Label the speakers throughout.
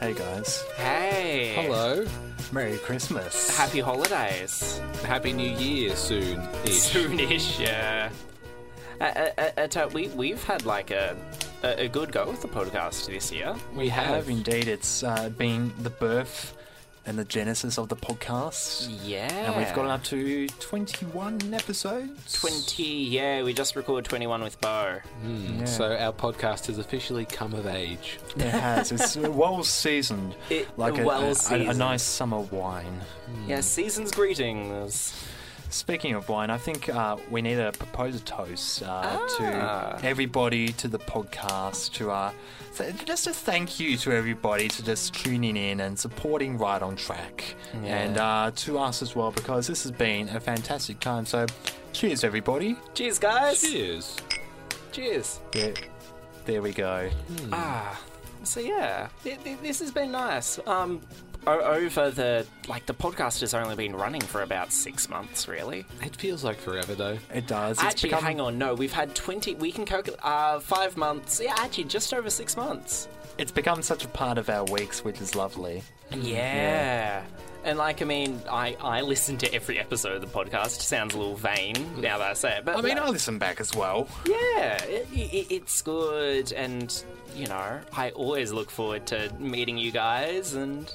Speaker 1: Hey guys,
Speaker 2: Hey.
Speaker 3: Hello.
Speaker 1: Merry Christmas.
Speaker 2: Happy holidays.
Speaker 3: Happy New Year soon.
Speaker 2: Soonish, yeah. Uh, uh, uh, uh, Tone, we, we've had like a, a, a good go with the podcast this year.
Speaker 3: We
Speaker 1: have indeed. It's uh, been the birth and the genesis of the podcast,
Speaker 2: Yeah.
Speaker 1: and we've gotten up to 21 episodes.
Speaker 2: 20, yeah, we just recorded 21 with Bo.
Speaker 3: Hmm, So our podcast has officially come of age.
Speaker 1: It has. It's well seasoned,
Speaker 2: It-
Speaker 1: like a,
Speaker 2: well
Speaker 1: a- a- a
Speaker 2: seasoned.
Speaker 1: nice summer wine.
Speaker 2: Yeah, season's greetings.
Speaker 1: Speaking of wine, I think uh, we need to propose a toast uh,
Speaker 2: Ah.
Speaker 1: to everybody, to the podcast, to uh, th- just a thank you to everybody to just tuning in and supporting Right on Track, and uh, to us as well because this has been a fantastic time. So, cheers, everybody!
Speaker 2: Cheers, guys.
Speaker 3: Cheers.
Speaker 2: Cheers.
Speaker 1: There, there we go.
Speaker 2: Ah, so yeah, th- th- this has been nice. Um, o- over the like the podcast has only been running for about six months, really.
Speaker 3: It feels like forever though.
Speaker 1: It does. It's
Speaker 2: actually,
Speaker 1: become,
Speaker 2: hang on, no, we've had twenty. We can calculate uh, five months. Yeah, actually, just over six months.
Speaker 1: It's become such a part of our weeks, which is lovely.
Speaker 2: Yeah. And like, I mean, I, I listen to every episode of the podcast. Sounds a little vain now that I say it, but
Speaker 1: I mean,
Speaker 2: like-
Speaker 1: I listen back as well.
Speaker 2: Yeah, it, it, it's good, and you know, I always look forward to meeting you guys and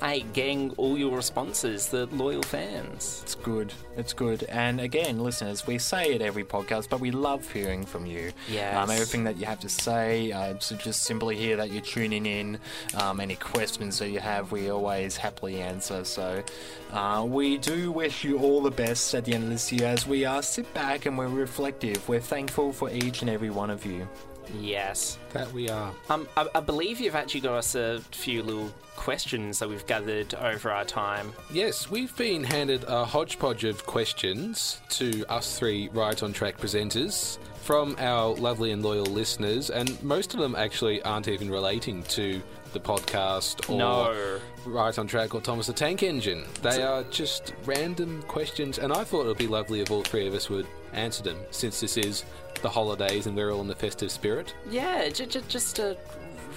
Speaker 2: I gang all your responses, the loyal fans.
Speaker 1: It's good. It's good. And again, listeners, we say it every podcast, but we love hearing from you.
Speaker 2: Yes.
Speaker 1: Um, everything that you have to say. Uh, so just simply hear that you're tuning in. Um, any questions that you have, we always happily answer. So uh, we do wish you all the best at the end of this year as we are sit back and we're reflective. We're thankful for each and every one of you.
Speaker 2: Yes,
Speaker 3: That we are.
Speaker 2: um, I, I believe you've actually got us a few little questions that we've gathered over our time.
Speaker 3: Yes, we've been handed a hodgepodge of questions to us three Right on Track presenters from our lovely and loyal listeners, and most of them actually aren't even relating to the podcast or
Speaker 2: No.
Speaker 3: Right on Track or Thomas the Tank Engine. They are just random questions, and I thought it would be lovely if all three of us would answer them since this is the holidays and we're all in the festive spirit.
Speaker 2: Yeah, j- j- just a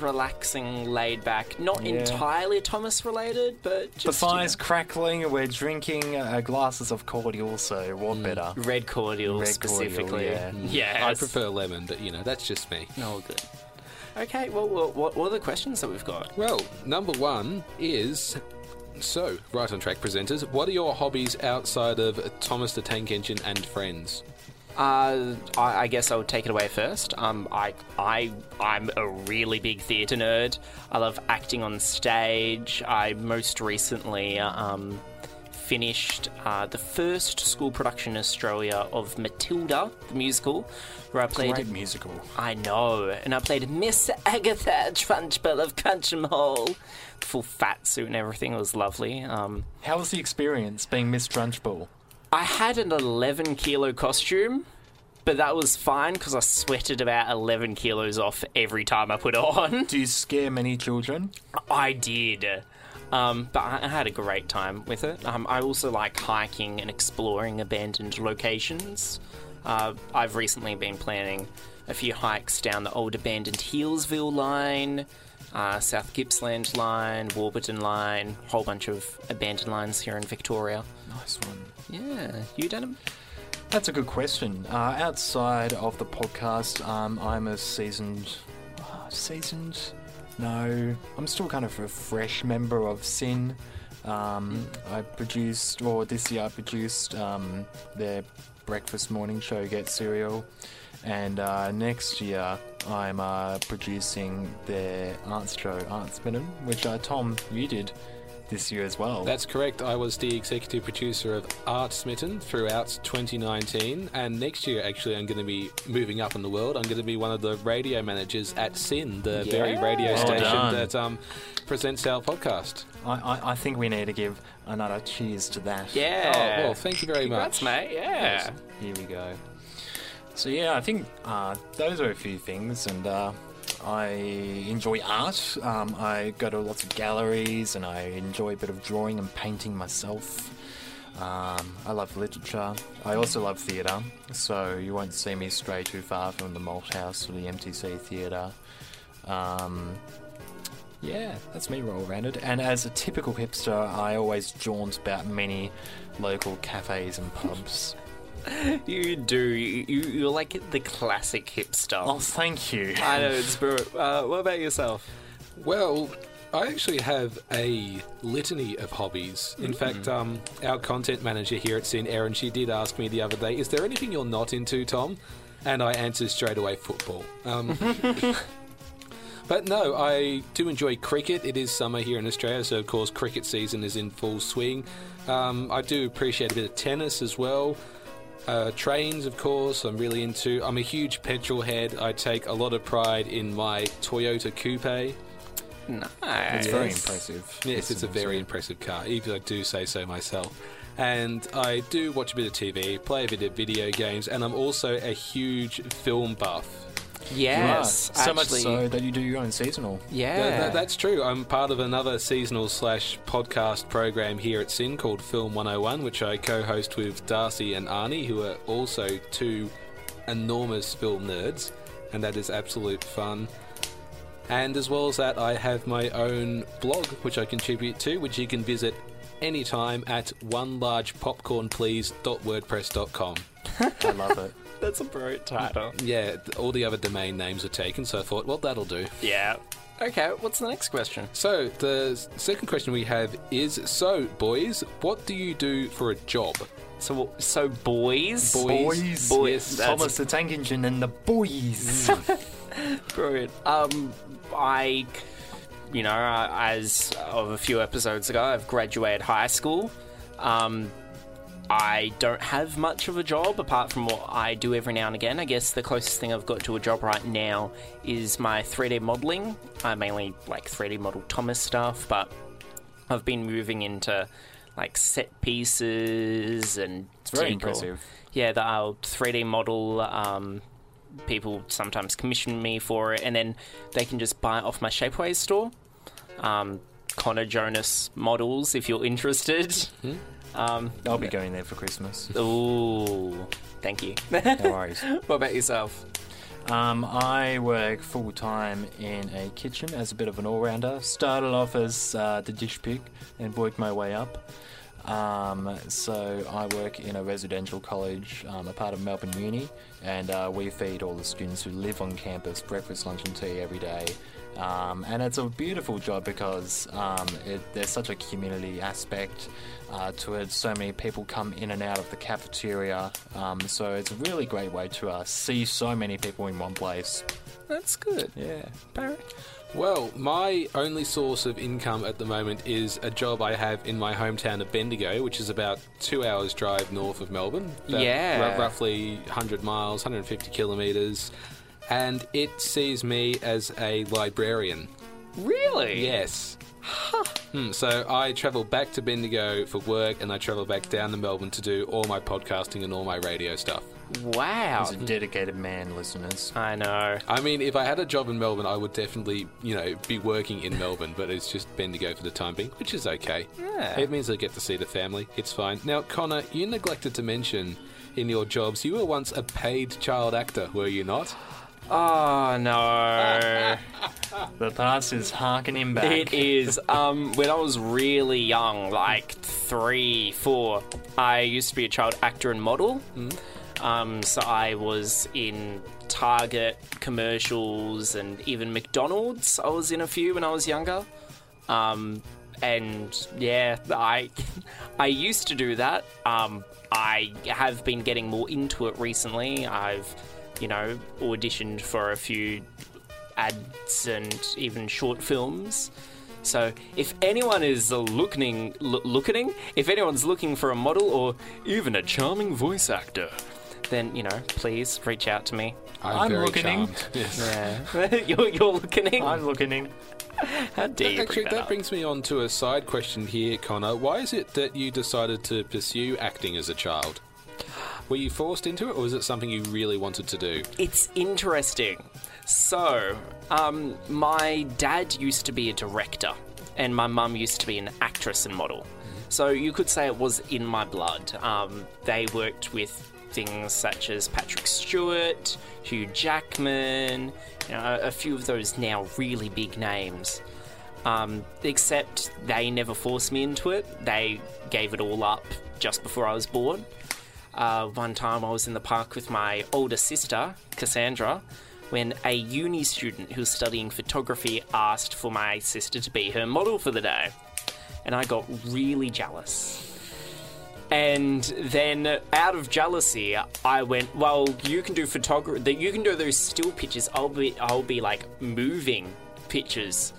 Speaker 2: relaxing, laid back, not
Speaker 1: Yeah.
Speaker 2: entirely Thomas related, but
Speaker 1: The
Speaker 2: just you
Speaker 1: fire's crackling. We're drinking uh, glasses of cordial, so what better?
Speaker 2: know, red cordial
Speaker 1: Red cordial,
Speaker 2: specifically.
Speaker 1: yeah.
Speaker 2: Yes.
Speaker 3: I prefer lemon, but you know, that's just me.
Speaker 2: Oh, good. Okay, well, what, what, what are the questions that we've got?
Speaker 3: Well, number one is so right on track presenters. What are your hobbies outside of Thomas the Tank Engine and friends?
Speaker 2: Uh, I, I guess I would take it away first. Um, I, I, I'm a really big theatre nerd. I love acting on stage. I most recently um, finished uh, the first school production in Australia of Matilda, the musical, where I played
Speaker 1: Great musical.
Speaker 2: I know, and I played Miss Agatha Trunchbull of Cruncham Hall. The full fat suit and everything it was lovely. Um,
Speaker 1: How was the experience being Miss Drunchbull?
Speaker 2: I had an 11 kilo costume, but that was fine because I sweated about 11 kilos off every time I put it on.
Speaker 1: Do you scare many children?
Speaker 2: I did. Um, but I I had a great time with it. Um, I also like hiking and exploring abandoned locations. Uh, I've recently been planning a few hikes down the old abandoned Healesville line, uh, South Gippsland line, Warburton line, whole bunch of abandoned lines here in Victoria.
Speaker 1: Nice one.
Speaker 2: Yeah, you done
Speaker 1: That's a good question. Uh, outside of the podcast, um, I'm a seasoned, uh, seasoned. No, I'm still kind of a fresh member of Sin. Um, I produced, or this year I produced um, their breakfast morning show, Get Cereal, and uh, next year I'm uh, producing their arts show, Arts Venom, which uh, Tom, you did this year as well.
Speaker 3: That's correct. I was the executive producer of Art Smitten throughout 2019, and next year, actually, I'm going to be moving up in the world. I'm going to be one of the radio managers at Sin, the very radio
Speaker 2: Well
Speaker 3: station
Speaker 1: done.
Speaker 3: that um, presents our podcast.
Speaker 1: I, I, I think we need to give another cheers to that.
Speaker 2: Yeah.
Speaker 3: Oh, well, thank you very
Speaker 2: Congrats,
Speaker 3: much.
Speaker 2: mate. Yeah.
Speaker 1: Here we go. So yeah, I think uh, those are a few things, and uh, I enjoy art. Um, I go to lots of galleries, and I enjoy a bit of drawing and painting myself. Um, I love literature. I also love theatre, so you won't see me stray too far from the Malthouse or the MTC Theatre. Um, yeah, that's me well rounded. And as a typical hipster, I always jaunt about many local cafes and pubs.
Speaker 2: You do. You, you- you're like the classic hipster.
Speaker 1: Oh, thank you.
Speaker 2: I know it's true. Uh, what about yourself?
Speaker 3: Well, I actually have a litany of hobbies. In fact, um, our content manager here at Sin, Erin, she did ask me the other day, "Is there anything you're not into, Tom?" And I answered straight away, football. Um, But no, I do enjoy cricket. It is summer here in Australia, so of course cricket season is in full swing. Um, I do appreciate a bit of tennis as well. Uh, trains, of course, I'm really into. I'm a huge petrol head. I take a lot of pride in my Toyota Coupe.
Speaker 2: Nice.
Speaker 1: It's very impressive.
Speaker 3: Yes, it's a very impressive car, even if I do say so myself. And I do watch a bit of TV, play a bit of video games, and I'm also a huge film buff.
Speaker 2: Yes.
Speaker 1: so much
Speaker 2: actually-
Speaker 1: so that you do your own seasonal.
Speaker 2: Yeah.
Speaker 3: Th- th- that's true. I'm part of another seasonal slash podcast program here at Sin called Film 101, which I co host with Darcy and Arnie, who are also two enormous film nerds, and that is absolute fun. And as well as that, I have my own blog which I contribute to, which you can visit anytime at onelargepopcornplease.wordpress.com.
Speaker 1: I love it.
Speaker 2: That's a brilliant title.
Speaker 3: Yeah, th- all the other domain names are taken, so I thought, well, that'll do.
Speaker 2: Yeah. Okay. What's the next question?
Speaker 3: So, the s- second question we have is So, boys, what do you do for a job?
Speaker 2: So, so boys.
Speaker 3: Boys.
Speaker 1: Boys.
Speaker 2: Boys.
Speaker 1: Yes,
Speaker 2: That's-
Speaker 1: Thomas the Tank Engine and the boys.
Speaker 2: Brilliant. Um, I, you know, I- as of a few episodes ago, I've graduated high school. Um, I don't have much of a job apart from what I do every now and again. I guess the closest thing I've got to a job right now is my 3D modeling. I mainly like 3D model Thomas stuff, but I've been moving into like set pieces and it's
Speaker 1: very impressive.
Speaker 2: yeah, that I'll 3D model. Um, people sometimes commission me for it, and then they can just buy it off my Shapeways store. Um, Connor Jonas models, if you're interested. Um,
Speaker 1: I'll be going there for Christmas.
Speaker 2: ooh, thank you.
Speaker 1: No worries.
Speaker 2: what about yourself?
Speaker 1: Um, I work full time in a kitchen as a bit of an all rounder. Started off as uh, the dish pick and worked my way up. Um, so I work in a residential college, um, a part of Melbourne Uni, and uh, we feed all the students who live on campus breakfast, lunch, and tea every day. Um, and it's a beautiful job because um, it, there's such a community aspect uh, to it. So many people come in and out of the cafeteria. Um, so it's a really great way to uh, see so many people in one place.
Speaker 2: That's good.
Speaker 1: Yeah.
Speaker 2: Barrett?
Speaker 3: Well, my only source of income at the moment is a job I have in my hometown of Bendigo, which is about two hours' drive north of Melbourne. About
Speaker 2: Yeah.
Speaker 3: ru- roughly 100 miles, 150 kilometres. And it sees me as a librarian.
Speaker 2: Really?
Speaker 3: Yes. Hmm, so I travel back to Bendigo for work, and I travel back down to Melbourne to do all my podcasting and all my radio stuff.
Speaker 2: Wow.
Speaker 1: He's a dedicated man, listeners.
Speaker 2: I know.
Speaker 3: I mean, if I had a job in Melbourne, I would definitely, you know, be working in Melbourne, but it's just Bendigo for the time being, which is okay.
Speaker 2: Yeah.
Speaker 3: It means I get to see the family. It's fine. Now, Connor, you neglected to mention in your jobs you were once a paid child actor, were you not?
Speaker 2: Oh no.
Speaker 1: The past is harkening back.
Speaker 2: It is. Um, when I was really young, like three, four, I used to be a child actor and model. Um, so I was in Target commercials and even McDonald's. I was in a few when I was younger. Um, and yeah, I I used to do that. Um, I have been getting more into it recently. I've you know auditioned for a few ads and even short films. So if anyone is looking, l- looking, if anyone's looking for a model or even a charming voice actor, then you know, please reach out to me.
Speaker 3: I'm,
Speaker 1: I'm
Speaker 3: very
Speaker 1: looking in.
Speaker 3: charmed. Yes.
Speaker 2: Yeah, you're, you're looking.
Speaker 1: I'm looking in.
Speaker 2: How dare you
Speaker 3: Actually,
Speaker 2: bring that
Speaker 3: that
Speaker 2: up?
Speaker 3: brings me on to a side question here, Connor. Why is it that you decided to pursue acting as a child? Were you forced into it, or was it something you really wanted to do?
Speaker 2: It's interesting. So, um, my dad used to be a director, and my mum used to be an actress and model. So you could say it was in my blood. Um, they worked with things such as Patrick Stewart, Hugh Jackman, you know, a few of those now really big names. Um, except they never forced me into it. They gave it all up just before I was born. Uh, one time I was in the park with my older sister, Cassandra, when a uni student who was studying photography asked for my sister to be her model for the day. And I got really jealous. And then, out of jealousy, I went, "Well, you can do photography. You can do those still pictures. I'll be, I'll be like moving pictures.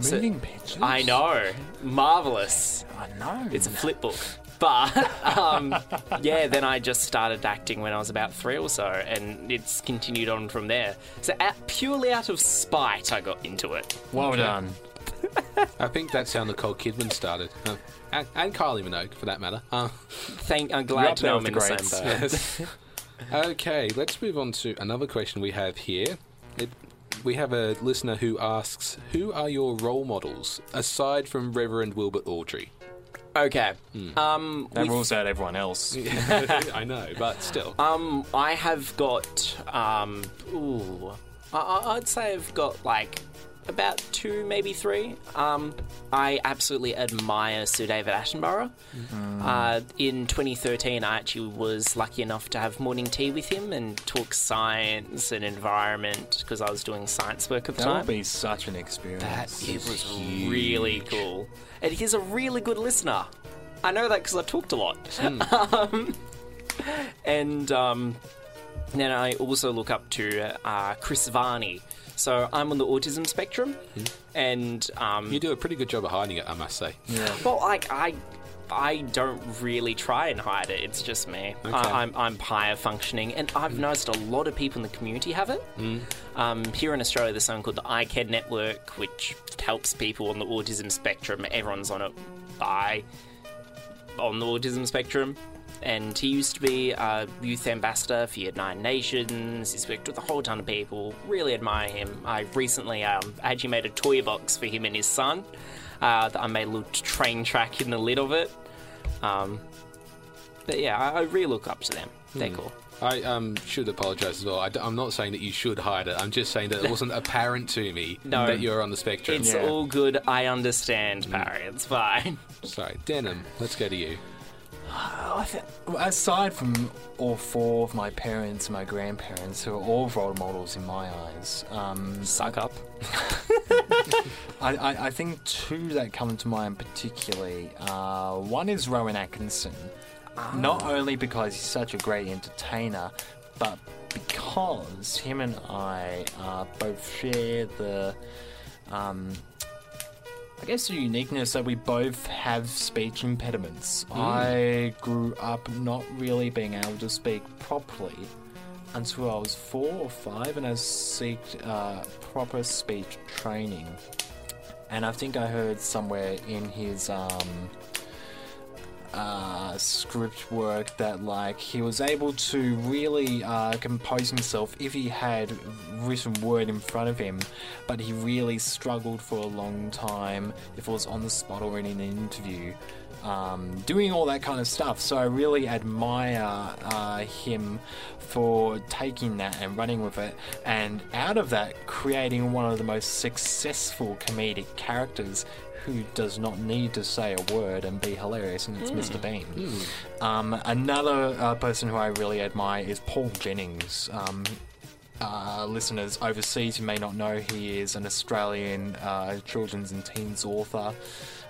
Speaker 2: So-
Speaker 1: Moving pictures.
Speaker 2: I know. Marvelous.
Speaker 1: I know.
Speaker 2: It's a flip book. But um, yeah, then I just started acting when I was about three or so, and it's continued on from there. So out, purely out of spite, I got into it.
Speaker 1: well done.
Speaker 3: I think that's how Nicole Kidman started, Uh, and, and Kylie Minogue, for that matter. Uh,
Speaker 2: Thank. I'm
Speaker 1: You're
Speaker 2: glad
Speaker 1: up
Speaker 2: to know I'm
Speaker 1: there
Speaker 2: in
Speaker 1: with
Speaker 2: the
Speaker 1: the
Speaker 2: same
Speaker 1: greats.
Speaker 2: boat.
Speaker 3: Yes. okay, let's move on to another question we have here. It, we have a listener who asks, "Who are your role models aside from Reverend Wilbur Audrey?"
Speaker 2: Okay. Um,
Speaker 1: That
Speaker 2: with-
Speaker 1: rules out everyone else.
Speaker 3: I know, but still.
Speaker 2: um, I have got um, ooh, I- I- I'd say I've got like about two, maybe three. Um, I absolutely admire Sir David Attenborough. Uh, in 2013, I actually was lucky enough to have morning tea with him and talk science and environment because I was doing science work at the
Speaker 1: That
Speaker 2: time.
Speaker 1: would be such an experience.
Speaker 2: That it was really cool, and he's a really good listener. I know that because I talked a lot. Um, and um, then I also look up to uh, Chris Varney. So I'm on the autism spectrum, and um,
Speaker 3: You do a pretty good job of hiding it, I must say.
Speaker 1: Yeah.
Speaker 2: well, like I, I don't really try and hide it. It's just me.
Speaker 3: Okay.
Speaker 2: I, I'm I'm higher functioning, and I've noticed a lot of people in the community have it. Um, here in Australia, there's something called the iCAD network, which helps people on the autism spectrum. Everyone's on it by on the autism spectrum. And he used to be a youth ambassador for United Nations. He's worked with a whole ton of people. Really admire him. I recently um, actually made a toy box for him and his son. Uh, that I made a little train track in the lid of it. Um, but yeah, I, I really look up to them. They're cool.
Speaker 3: I um, should apologise as well. I, am not saying that you should hide it. I'm just saying that it wasn't apparent to me
Speaker 2: No.
Speaker 3: that you're on the spectrum.
Speaker 2: It's
Speaker 1: Yeah.
Speaker 2: all good. I understand, Parry. It's fine.
Speaker 3: Sorry, Denim. Let's go to you.
Speaker 1: I thi- aside from all four of my parents and my grandparents, who are all role models in my eyes, um,
Speaker 2: Suck up.
Speaker 1: I, I, I think two that come to mind particularly. Uh, one is Rowan Atkinson, not only because he's such a great entertainer, but because him and I uh, both share the. Um, I guess the uniqueness that we both have speech impediments. I grew up not really being able to speak properly until I was four or five, and I seeked uh, proper speech training. And I think I heard somewhere in his um, uh, script work that like he was able to really uh, compose himself if he had written word in front of him, but he really struggled for a long time if it was on the spot or in an interview, um, doing all that kind of stuff. So I really admire uh, him for taking that and running with it, and out of that creating one of the most successful comedic characters who does not need to say a word and be hilarious, and it's Mr. Bean. Um, another uh, person who I really admire is Paul Jennings. Um, uh, listeners overseas who may not know, he is an Australian uh, children's and teens author.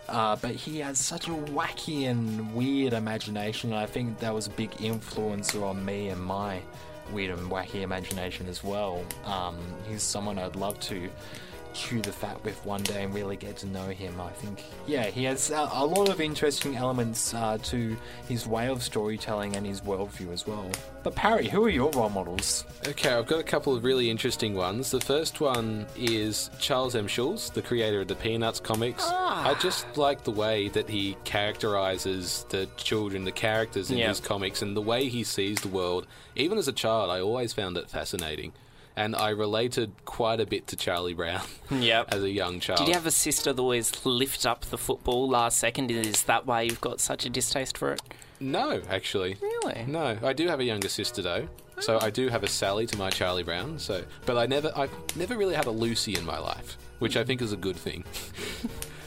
Speaker 1: Uh, but he has such a wacky and weird imagination, and I think that was a big influencer on me and my weird and wacky imagination as well. Um, he's someone I'd love to chew the fat with one day and really get to know him. I think, yeah, he has a, a lot of interesting elements uh, to his way of storytelling and his worldview as well. But Parry, who are your role models?
Speaker 3: Okay, I've got a couple of really interesting ones. The first one is Charles M. Schulz, the creator of the Peanuts comics.
Speaker 2: Ah.
Speaker 3: I just like the way that he characterizes the children, the characters in
Speaker 2: Yeah.
Speaker 3: his comics, and the way he sees the world. Even as a child, I always found it fascinating. And I related quite a bit to Charlie Brown
Speaker 2: Yep.
Speaker 3: as a young child.
Speaker 2: Did you have a sister that always lift up the football last second? Is that why you've got such a distaste for it?
Speaker 3: No, actually.
Speaker 2: Really?
Speaker 3: No, I do have a younger sister though, so I do have a Sally to my Charlie Brown. So, but I never, I've never really had a Lucy in my life, which I think is a good thing.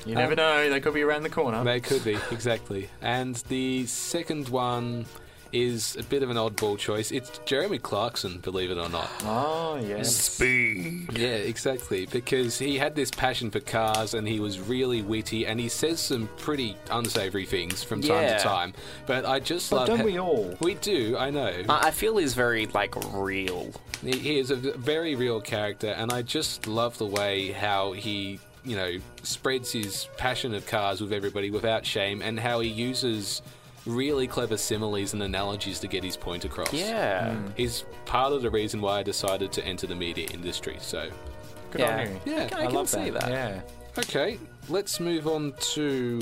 Speaker 1: You never know; they could be around the corner.
Speaker 3: They could be exactly. And the second one is a bit of an oddball choice. It's Jeremy Clarkson, believe it or not.
Speaker 1: oh yes.
Speaker 3: Yeah, exactly. Because he had this passion for cars and he was really witty and he says some pretty unsavory things from time
Speaker 2: Yeah.
Speaker 3: to time. But I just
Speaker 1: But
Speaker 3: love
Speaker 1: don't
Speaker 3: ho-
Speaker 1: we all?
Speaker 3: We do, I know.
Speaker 2: I I feel is very like real.
Speaker 3: He, he is a v- very real character, and I just love the way how he, you know, spreads his passion of cars with everybody without shame, and how he uses really clever similes and analogies to get his point across.
Speaker 2: Yeah.
Speaker 3: He's part of the reason why I decided to enter the media industry. So,
Speaker 1: Good
Speaker 2: yeah.
Speaker 1: on you.
Speaker 3: yeah.
Speaker 2: I, can
Speaker 1: love
Speaker 2: see that.
Speaker 1: Yeah.
Speaker 3: Okay, let's move on to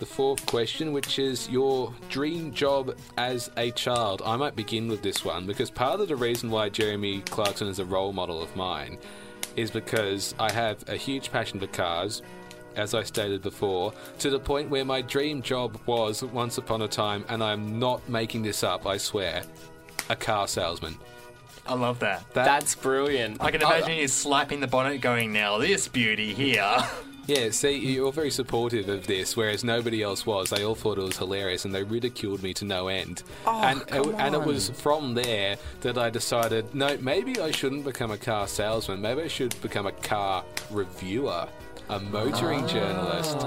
Speaker 3: the fourth question, which is your dream job as a child. I might begin with this one because part of the reason why Jeremy Clarkson is a role model of mine is because I have a huge passion for cars. As I stated before, to the point where my dream job was once upon a time, and I'm not making this up, I swear, a car salesman.
Speaker 1: I love that.
Speaker 2: That's brilliant.
Speaker 1: I can imagine you slapping the bonnet, going, "Now this beauty here."
Speaker 3: Yeah, see, you're very supportive of this, whereas nobody else was. They all thought it was hilarious and they ridiculed me to no end. Oh, and, it, and it was from there that I decided no, maybe I shouldn't become a car salesman. Maybe I should become a car reviewer, a motoring journalist,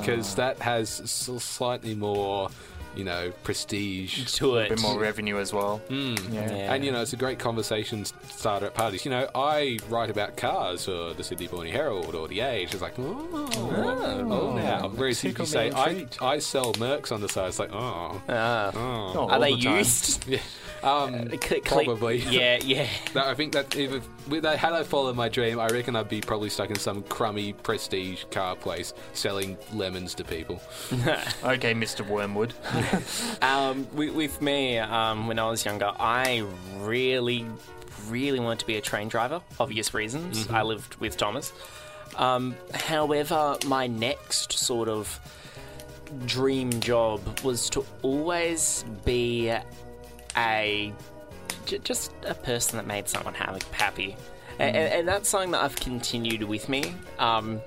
Speaker 3: because that has s- slightly more, you know, prestige.
Speaker 2: to
Speaker 1: A bit
Speaker 2: it.
Speaker 1: more revenue as well.
Speaker 2: Yeah.
Speaker 3: And you know, it's a great conversation starter at parties. You know, I write about cars for the Sydney Morning Herald or the Age. It's like, oh, oh, now. Whereas if
Speaker 1: tickle
Speaker 3: you
Speaker 1: me
Speaker 3: say, I,
Speaker 1: intrigued.
Speaker 3: I sell mercs on the side, it's like, oh,
Speaker 1: Not all
Speaker 2: Ah. Are they
Speaker 1: the time.
Speaker 2: used?
Speaker 3: yeah. Um,
Speaker 2: C- click-
Speaker 3: Probably.
Speaker 2: Yeah, yeah.
Speaker 3: that- I think that if, if that, had I followed my dream, I reckon I'd be probably stuck in some crummy prestige car place selling lemons to people.
Speaker 1: Okay, Mr. Wormwood.
Speaker 2: Um, with, with me, um, when I was younger, I really, really wanted to be a train driver. Obvious reasons. I lived with Thomas. Um, however, my next sort of dream job was to always be a j- just a person that made someone ha- happy, A- and, and that's something that I've continued with me. Um,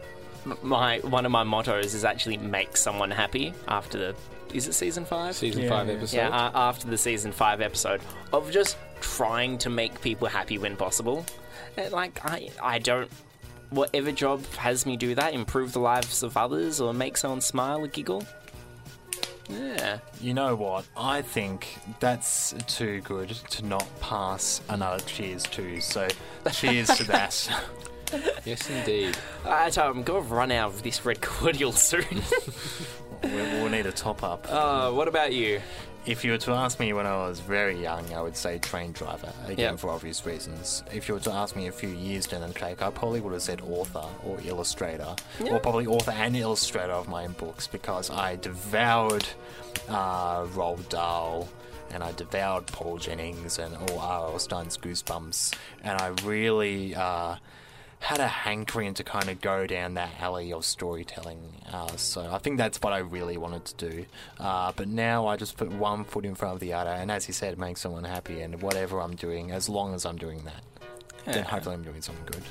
Speaker 2: m- my one of my mottos is actually make someone happy. After the is it season five?
Speaker 3: Season
Speaker 1: Yeah,
Speaker 3: five
Speaker 1: yeah.
Speaker 3: episode.
Speaker 2: yeah, uh, after the season five episode of just trying to make people happy when possible. And, like I, I don't. Whatever job has me do that, improve the lives of others or make someone smile or giggle. Yeah.
Speaker 1: You know what? I think that's too good to not pass another cheers to. So, cheers to that.
Speaker 3: Yes, indeed.
Speaker 2: I tell Uh, I'm gonna run out of this red cordial soon.
Speaker 1: We- We'll need a top up.
Speaker 2: uh, what about you?
Speaker 1: If you were to ask me when I was very young, I would say train driver, again
Speaker 2: Yeah.
Speaker 1: for obvious reasons. If you were to ask me a few years down the track, I probably would have said author or illustrator,
Speaker 2: Yeah.
Speaker 1: or probably author and illustrator of my own books because I devoured uh, Roald Dahl and I devoured Paul Jennings and all R.L. Stein's Goosebumps, and I really. Uh, had a hankering to kind of go down that alley of storytelling. Uh, so I think that's what I really wanted to do. Uh, but now I just put one foot in front of the other, and as he said, make someone happy, and whatever I'm doing, as long as I'm doing that, then hopefully I'm doing something good.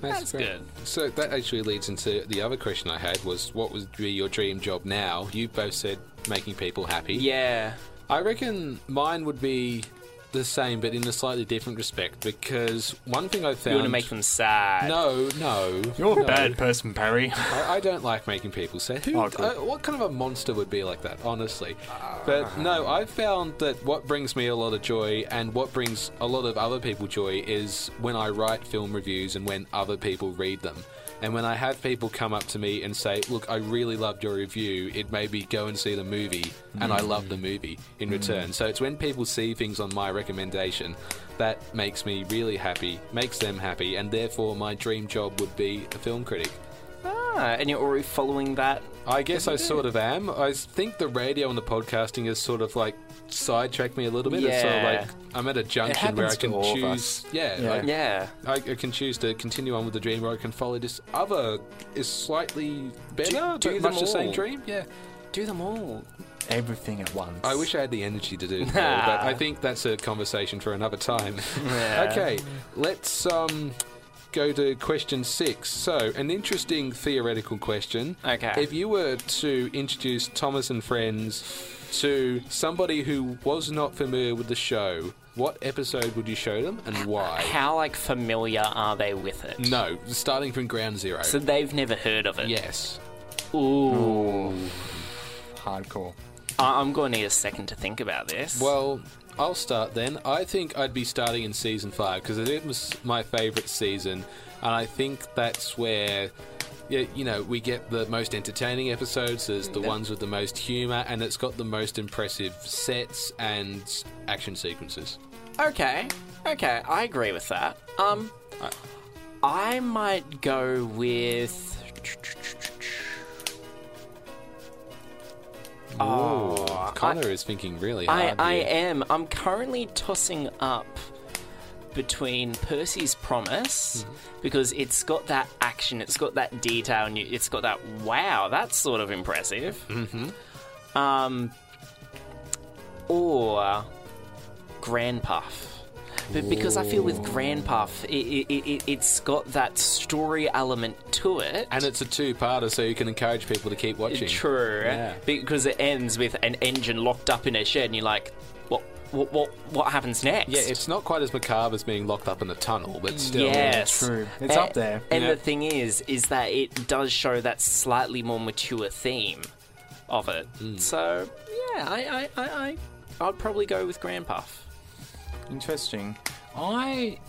Speaker 2: That's
Speaker 3: great. So that actually leads into the other question I had was what would be your dream job now? You both said making people happy.
Speaker 2: Yeah.
Speaker 3: I reckon mine would be the same but in a slightly different respect because one thing I found
Speaker 2: You want to make them sad.
Speaker 3: No, no.
Speaker 1: You're
Speaker 3: no.
Speaker 1: a bad person, Perry.
Speaker 3: I, I don't like making people sad. Who,
Speaker 1: Oh, good. Ah.
Speaker 3: uh, what kind of a monster would be like that, honestly? But no, I've found that what brings me a lot of joy and what brings a lot of other people joy is when I write film reviews and when other people read them. And when I have people come up to me and say, Look, I really loved your review, it made me go and see the movie, and I love the movie
Speaker 1: Mm.
Speaker 3: in return. So it's when people see things on my recommendation that makes me really happy, makes them happy, and therefore my dream job would be a film critic.
Speaker 2: Ah, and you're already following that.
Speaker 3: I guess I sort of am. I s- think the radio and the podcasting has sort of like sidetracked me a little bit. It's sort of
Speaker 2: Yeah.
Speaker 3: like I'm at a junction where I
Speaker 1: happens to
Speaker 3: can
Speaker 1: all of us.
Speaker 3: choose. Yeah,
Speaker 1: Yeah.
Speaker 3: like,
Speaker 2: Yeah.
Speaker 3: I, I can choose to continue on with the dream, or I can follow this other is slightly better,
Speaker 2: do them
Speaker 3: but much the same
Speaker 2: all.
Speaker 3: dream. Yeah.
Speaker 2: Do them all.
Speaker 1: Everything at once.
Speaker 3: I wish I had the energy to do that, but I think that's a conversation for another time.
Speaker 2: Yeah.
Speaker 3: okay, let's um go to question six. So, an interesting theoretical question.
Speaker 2: Okay.
Speaker 3: If you were to introduce Thomas and friends to somebody who was not familiar with the show, what episode would you show them and why?
Speaker 2: How like familiar are they with it?
Speaker 3: No, starting from ground zero.
Speaker 2: So they've never heard of it.
Speaker 3: yes.
Speaker 2: Ooh.
Speaker 1: Hardcore.
Speaker 2: I- I'm gonna need a second to think about this.
Speaker 3: Well, I'll start then. I think I'd be starting in season five because it was my favourite season, and I think that's where. Yeah, you know, we get the most entertaining episodes. There's the ones with the most humour, and it's got the most impressive sets and action sequences.
Speaker 2: Okay, okay, I agree with that. Um, I might go with. Oh, I,
Speaker 3: Connor is thinking really
Speaker 2: I,
Speaker 3: hard.
Speaker 2: I
Speaker 3: here.
Speaker 2: am. I'm currently tossing up between Percy's Promise because it's got that action, it's got that detail, and you- it's got that wow, that's sort of impressive. Mm-hmm. Um, or Grand Puff. But because I feel with Grand Puff, it, it, it, it's got that story element to it.
Speaker 3: and it's a two-parter, so you can encourage people to keep watching.
Speaker 2: True,
Speaker 3: Yeah.
Speaker 2: because it ends with an engine locked up in a shed, and you're like, what, what, what, what happens next?
Speaker 3: Yeah, it's not quite as macabre as being locked up in a tunnel, but still.
Speaker 2: yes,
Speaker 1: True. It's
Speaker 2: A-
Speaker 1: up there.
Speaker 2: And
Speaker 3: Yeah.
Speaker 2: the thing is, is that it does show that slightly more mature theme of it. So yeah, I, I, I, I, I'd probably go with Grandpuff.
Speaker 1: Interesting. I,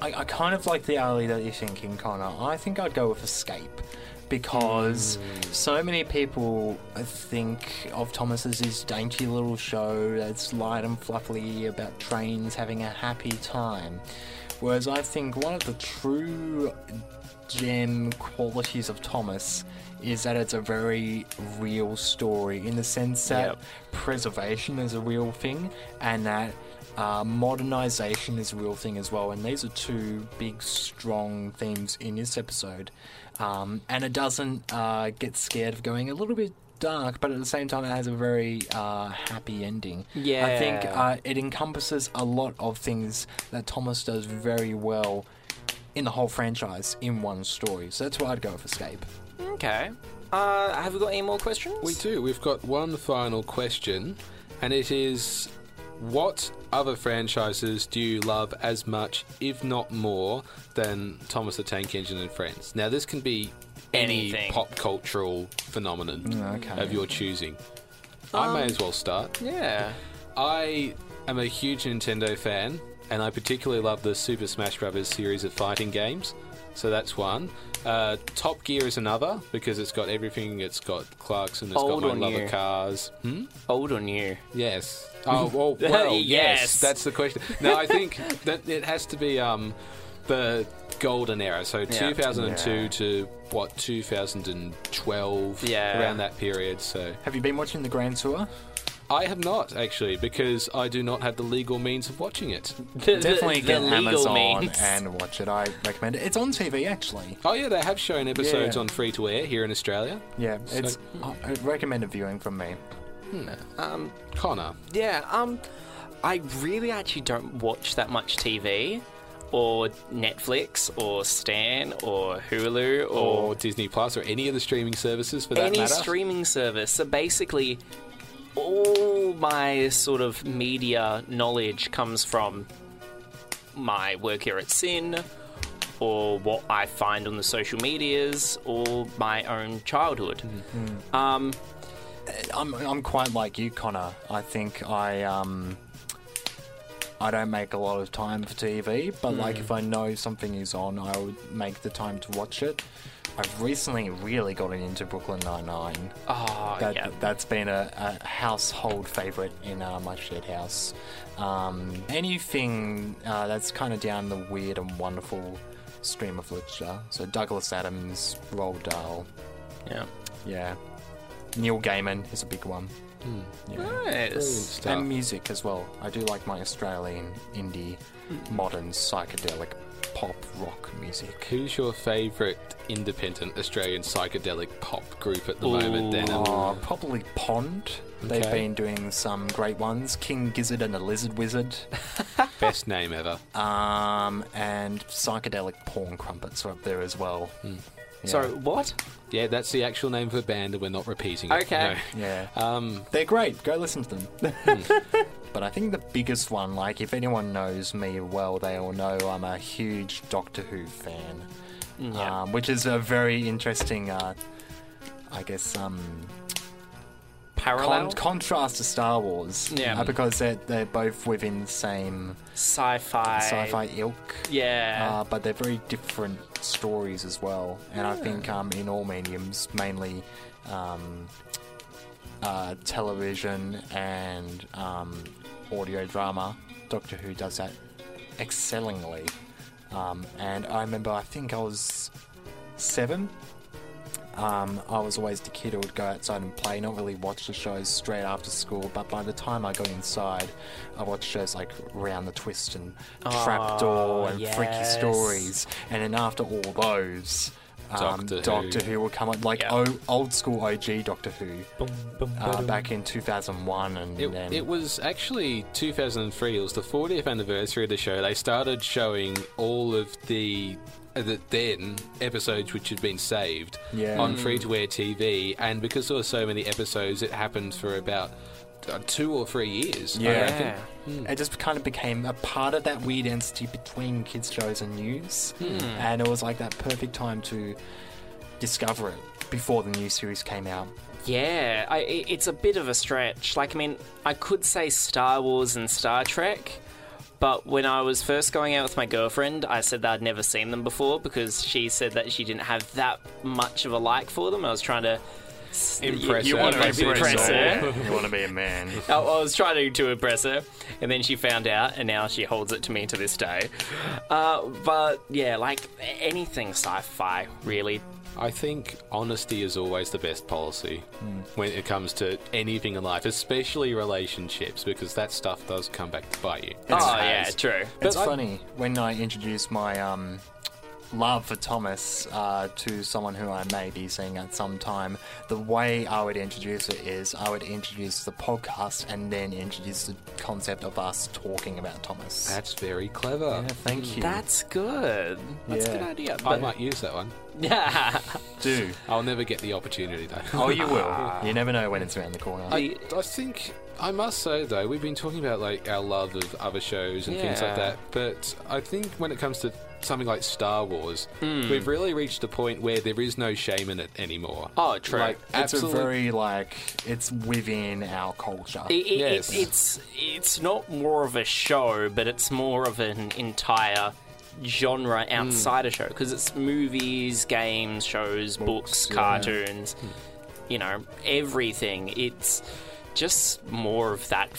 Speaker 1: I I kind of like the alley that you're thinking, Connor. I think I'd go with escape because so many people I think of Thomas as this dainty little show that's light and fluffy about trains having a happy time. Whereas I think one of the true gem qualities of Thomas is that it's a very real story in the sense that
Speaker 2: Yep.
Speaker 1: preservation is a real thing and that uh, modernization is a real thing as well. And these are two big, strong themes in this episode. Um, and it doesn't uh, get scared of going a little bit dark, but at the same time, it has a very uh, happy ending. I think
Speaker 2: Yeah.
Speaker 1: uh, it encompasses a lot of things that Thomas does very well in the whole franchise in one story. So that's why I'd go with Escape.
Speaker 2: Okay. Uh, have we got any more questions?
Speaker 3: We do. We've got one final question, and it is what other franchises do you love as much, if not more, than Thomas the Tank Engine and Friends? Now, this can be any
Speaker 2: Anything.
Speaker 3: pop cultural phenomenon
Speaker 1: okay.
Speaker 3: of your choosing. I may as well start.
Speaker 2: Yeah.
Speaker 3: I am a huge Nintendo fan, and I particularly love the Super Smash Bros. series of fighting games. So that's one. Uh, Top Gear is another because it's got everything. It's got Clarkson. It's
Speaker 2: Old
Speaker 3: got my
Speaker 2: on
Speaker 3: love
Speaker 2: you.
Speaker 3: of cars. Hmm?
Speaker 2: Old or new?
Speaker 3: Yes. Oh well, well yes.
Speaker 2: Yes.
Speaker 3: That's the question. No, I think that it has to be um, the golden era. So 2002
Speaker 1: Yeah.
Speaker 3: to what 2012.
Speaker 2: Yeah.
Speaker 3: Around that period. So.
Speaker 1: Have you been watching the Grand Tour?
Speaker 3: I have not actually because I do not have the legal means of watching it.
Speaker 1: Definitely
Speaker 2: the
Speaker 1: get
Speaker 2: legal
Speaker 1: Amazon
Speaker 2: means.
Speaker 1: and watch it. I recommend it. It's on TV actually.
Speaker 3: Oh yeah, they have shown episodes
Speaker 1: Yeah.
Speaker 3: on free to air here in Australia.
Speaker 1: Yeah,
Speaker 3: So-
Speaker 1: it's uh, I recommend a viewing from me.
Speaker 3: Connor,
Speaker 2: Yeah, um, I really actually don't watch that much TV or Netflix or Stan or Hulu or,
Speaker 3: or Disney Plus, or any of the streaming services for that
Speaker 2: any
Speaker 3: matter.
Speaker 2: streaming service. So basically, all my sort of media knowledge comes from my work here at Sin or what I find on the social medias or my own childhood.
Speaker 3: Hmm.
Speaker 2: Um,
Speaker 1: I'm I'm quite like you, Connor. I think I um I don't make a lot of time for TV, but like if I know something is on, I would make the time to watch it. I've recently really gotten into Brooklyn Nine Nine.
Speaker 2: Oh,
Speaker 1: That,
Speaker 2: yeah.
Speaker 1: That's been a, a household favourite in uh, my shared house. Um, anything uh, that's kind of down the weird and wonderful stream of literature. So Douglas Adams, Roald Dahl,
Speaker 2: yeah.
Speaker 1: yeah. Neil Gaiman is a big one.
Speaker 2: Ah.
Speaker 1: Yeah.
Speaker 3: Brilliant
Speaker 2: Nice.
Speaker 3: stuff.
Speaker 1: And music as well. I do like my Australian indie, modern, psychedelic, pop, rock music.
Speaker 3: Who's your favourite independent Australian psychedelic pop group at the moment? Then
Speaker 1: Uh, probably Pond. They've
Speaker 3: um, Okay.
Speaker 1: been doing some great ones. King Gizzard and the Lizard Wizard.
Speaker 3: best name ever.
Speaker 1: Um, and psychedelic porn crumpets are up there as well. Yeah.
Speaker 2: Sorry, what?
Speaker 3: Yeah, that's the actual name of the band, and we're not repeating it.
Speaker 2: Okay.
Speaker 3: No.
Speaker 1: Yeah.
Speaker 3: Um,
Speaker 1: Uh, They're great. Go listen to them. but I think the biggest one, like if anyone knows me well, they all know I'm a huge Doctor Who fan,
Speaker 2: Yeah.
Speaker 1: um, which is a very interesting, uh, I guess, um,
Speaker 2: Parallel
Speaker 1: con- contrast to Star Wars.
Speaker 2: Yeah.
Speaker 1: uh, because they're they're both within the same
Speaker 2: sci-fi.
Speaker 1: sci-fi ilk.
Speaker 2: Yeah.
Speaker 1: uh, but they're very different stories as well. And I think um, in all mediums, mainly um, uh, television and um, audio drama, Doctor Who does that excellingly. Um, and I remember, I think I was seven. Um, I was always the kid who would go outside and play, not really watch the shows straight after school. But by the time I got inside, I watched shows like Round the Twist and Trapdoor
Speaker 2: Oh,
Speaker 1: and Freaky
Speaker 2: yes.
Speaker 1: Stories. And then after all those, um,
Speaker 3: Doctor Who.
Speaker 1: Who would come up, like
Speaker 2: Yeah.
Speaker 1: o- old school OG Doctor Who uh, back in 2001. And
Speaker 3: it,
Speaker 1: then.
Speaker 3: it was actually 2003. It was the 40th anniversary of the show. They started showing all of the, uh, the then episodes which had been saved
Speaker 1: Yeah. Mm.
Speaker 3: on free to air TV, and because there were so many episodes, it happened for about uh, two or three years. I reckon.
Speaker 2: yeah.
Speaker 1: It just kind of became a part of that weird entity between kids' shows and news. And it was like that perfect time to discover it before the new series came out.
Speaker 2: Yeah, I, i- it's a bit of a stretch. Like, I mean, I could say Star Wars and Star Trek, but when I was first going out with my girlfriend, I said that I'd never seen them before because she said that she didn't have that much of a like for them. I was trying to. s- y-
Speaker 3: Impress
Speaker 2: you
Speaker 3: her.
Speaker 2: want to
Speaker 3: Impress her.
Speaker 2: impress her.
Speaker 1: You want to be a man.
Speaker 2: I I was trying to, to impress her, and then she found out, and now she holds it to me to this day. Uh, but yeah, like anything sci-fi, really.
Speaker 3: I think honesty is always the best policy
Speaker 1: Hmm.
Speaker 3: when it comes to anything in life, especially relationships, because that stuff does come back to bite you.
Speaker 2: oh yeah, true.
Speaker 1: It's
Speaker 3: But I-
Speaker 1: funny when I introduced my um, love for Thomas uh, to someone who I may be seeing at some time. The way I would introduce it is I would introduce the podcast and then introduce the concept of us talking about Thomas.
Speaker 3: That's very clever.
Speaker 1: Yeah, thank you.
Speaker 2: That's good. That's a
Speaker 1: Yeah.
Speaker 2: good idea.
Speaker 3: I
Speaker 2: But
Speaker 3: might use that one.
Speaker 2: yeah,
Speaker 1: do.
Speaker 3: I'll never get the opportunity though.
Speaker 1: Oh, you
Speaker 2: Ah.
Speaker 1: will. You never know when it's around the corner.
Speaker 3: I, I think I must say though, we've been talking about like our love of other shows and things like
Speaker 2: Yeah.
Speaker 3: that, but I think when it comes to something like Star Wars,
Speaker 1: Hmm.
Speaker 3: we've really reached a point where there is no shame in it anymore.
Speaker 2: Oh, true.
Speaker 3: Like,
Speaker 1: it's a
Speaker 3: absolute-
Speaker 1: very like it's within our culture.
Speaker 2: It- it-
Speaker 3: Yes.
Speaker 2: it- it's it's not more of a show, but it's more of an entire genre outside a show because it's movies, games, shows, books,
Speaker 1: Books, yeah.
Speaker 2: cartoons, you know, everything. It's just more of that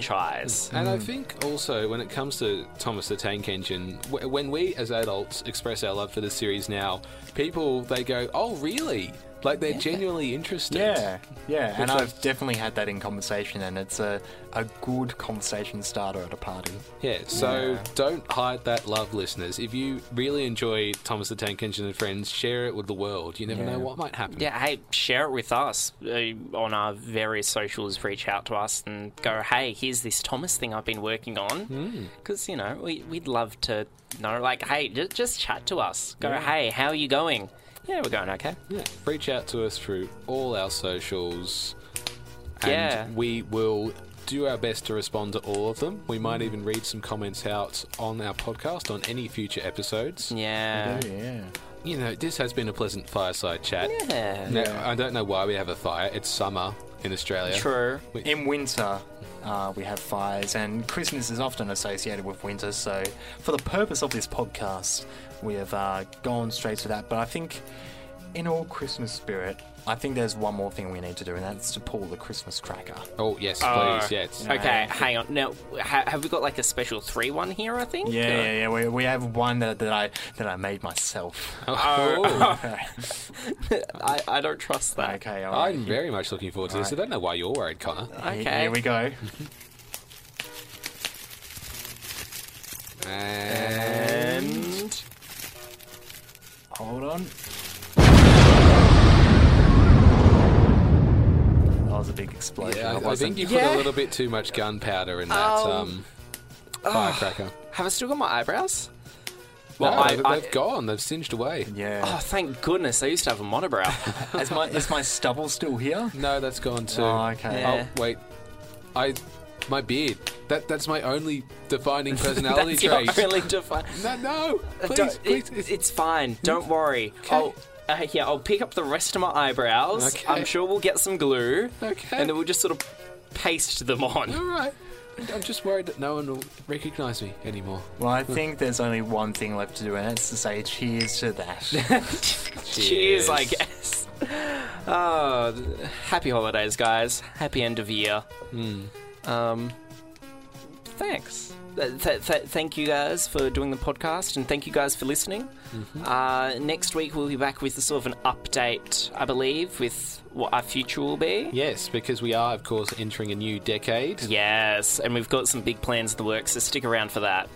Speaker 2: franchise.
Speaker 3: And
Speaker 1: Hmm.
Speaker 3: I think also when it comes to Thomas the Tank Engine, w- when we as adults express our love for the series now, people they go, "Oh, really?" Like they're genuinely interested.
Speaker 1: yeah, yeah, and
Speaker 3: Which I-
Speaker 1: I've definitely had that in conversation, and it's a, a good conversation starter at a party.
Speaker 3: Yeah, so don't hide that love, listeners. If you really enjoy Thomas the Tank Engine and Friends, share it with the world. You never
Speaker 1: Yeah.
Speaker 3: know what might happen.
Speaker 2: Yeah, hey, share it with us uh, on our various socials. Reach out to us and go, hey, here's this Thomas thing I've been working
Speaker 1: Hmm.
Speaker 2: on. Because, you know, we, we'd love to know, like, hey, just, just chat to us. Go, hey, how are you going? Yeah, we're going okay.
Speaker 3: Yeah, Reach out to us through all our socials. And
Speaker 2: Yeah.
Speaker 3: we will do our best to respond to all of them. We might even read some comments out on our podcast on any future episodes.
Speaker 2: Yeah.
Speaker 1: yeah.
Speaker 3: You know, this has been a pleasant fireside chat.
Speaker 2: Yeah.
Speaker 3: Now, I don't know why we have a fire. It's summer. in Australia.
Speaker 2: True.
Speaker 1: In winter, uh, we have fires, and Christmas is often associated with winter. So, for the purpose of this podcast, we have uh, gone straight to that. But I think, in all Christmas spirit, I think there's one more thing we need to do, and that's to pull the Christmas cracker.
Speaker 3: Oh yes, please,
Speaker 2: Oh.
Speaker 3: yes.
Speaker 1: Yeah.
Speaker 2: Okay, hang on. Now, ha- have we got like a special three one here? I think.
Speaker 1: Yeah, yeah, yeah. We, we have one that, that I that I made myself.
Speaker 3: Oh,
Speaker 2: I, I don't trust that.
Speaker 1: Okay, all right.
Speaker 3: I'm very much looking forward to this. I don't know why you're worried, Connor.
Speaker 1: He-
Speaker 2: Okay.
Speaker 1: Here we go.
Speaker 2: And
Speaker 1: Hold on. That was a big explosion.
Speaker 3: Yeah,
Speaker 1: That
Speaker 3: I, I think
Speaker 1: wasn't-
Speaker 3: you put
Speaker 2: Yeah.
Speaker 3: a little bit too much gunpowder in that um, firecracker.
Speaker 2: have I still got my eyebrows?
Speaker 3: Well,
Speaker 2: Well,
Speaker 3: no,
Speaker 2: I-
Speaker 3: they've,
Speaker 2: I-
Speaker 3: they've gone. They've singed away.
Speaker 1: Yeah.
Speaker 2: Oh, thank goodness! I used to have a monobrow.
Speaker 1: Is my is my stubble still here?
Speaker 3: No, that's gone too.
Speaker 1: Oh, okay.
Speaker 2: Yeah.
Speaker 3: Oh wait, I my beard. That that's my only defining personality
Speaker 2: That's not
Speaker 3: trait.
Speaker 2: really defi-
Speaker 3: No, no, please,
Speaker 2: Uh, Don't-
Speaker 3: please.
Speaker 2: it- it's fine. Don't worry.
Speaker 3: Okay.
Speaker 2: I'll, uh, yeah, I'll pick up the rest of my eyebrows.
Speaker 3: Okay.
Speaker 2: I'm sure we'll get some glue.
Speaker 3: Okay.
Speaker 2: And then we'll just sort of paste them
Speaker 3: All
Speaker 2: on.
Speaker 3: right. I'm just worried that no one will recognise me anymore.
Speaker 1: Well, I think there's only one thing left to do, and that's to say cheers to that.
Speaker 2: Cheers, I guess. Oh, th- happy holidays, guys. Happy end of year.
Speaker 3: Hmm.
Speaker 2: Um, thanks. Th- th- th- thank you guys for doing the podcast, and thank you guys for listening.
Speaker 3: Mm-hmm.
Speaker 2: Uh, next week we'll be back with a sort of an update, I believe, with what our future will be.
Speaker 3: Yes, because we are, of course, entering a new decade.
Speaker 2: Yes, and we've got some big plans in the works, so stick around for that.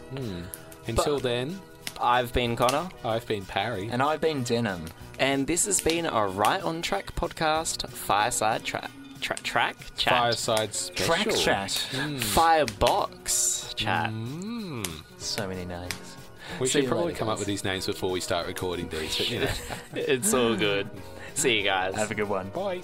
Speaker 3: Until then,
Speaker 2: I've been Connor,
Speaker 3: I've been Parry.
Speaker 1: and I've been denim.
Speaker 2: and this has been a Right on Track podcast, Fireside Track. Tra- track? Chat?
Speaker 3: Fireside special.
Speaker 1: Track chat.
Speaker 3: Mm.
Speaker 2: Firebox chat.
Speaker 1: So many names.
Speaker 3: We
Speaker 1: See
Speaker 3: should
Speaker 1: you
Speaker 3: probably
Speaker 1: later,
Speaker 3: come up
Speaker 1: guys.
Speaker 3: with these names before we start recording these. But, you know.
Speaker 2: It's all good. See you guys.
Speaker 1: Have a good one.
Speaker 3: Bye.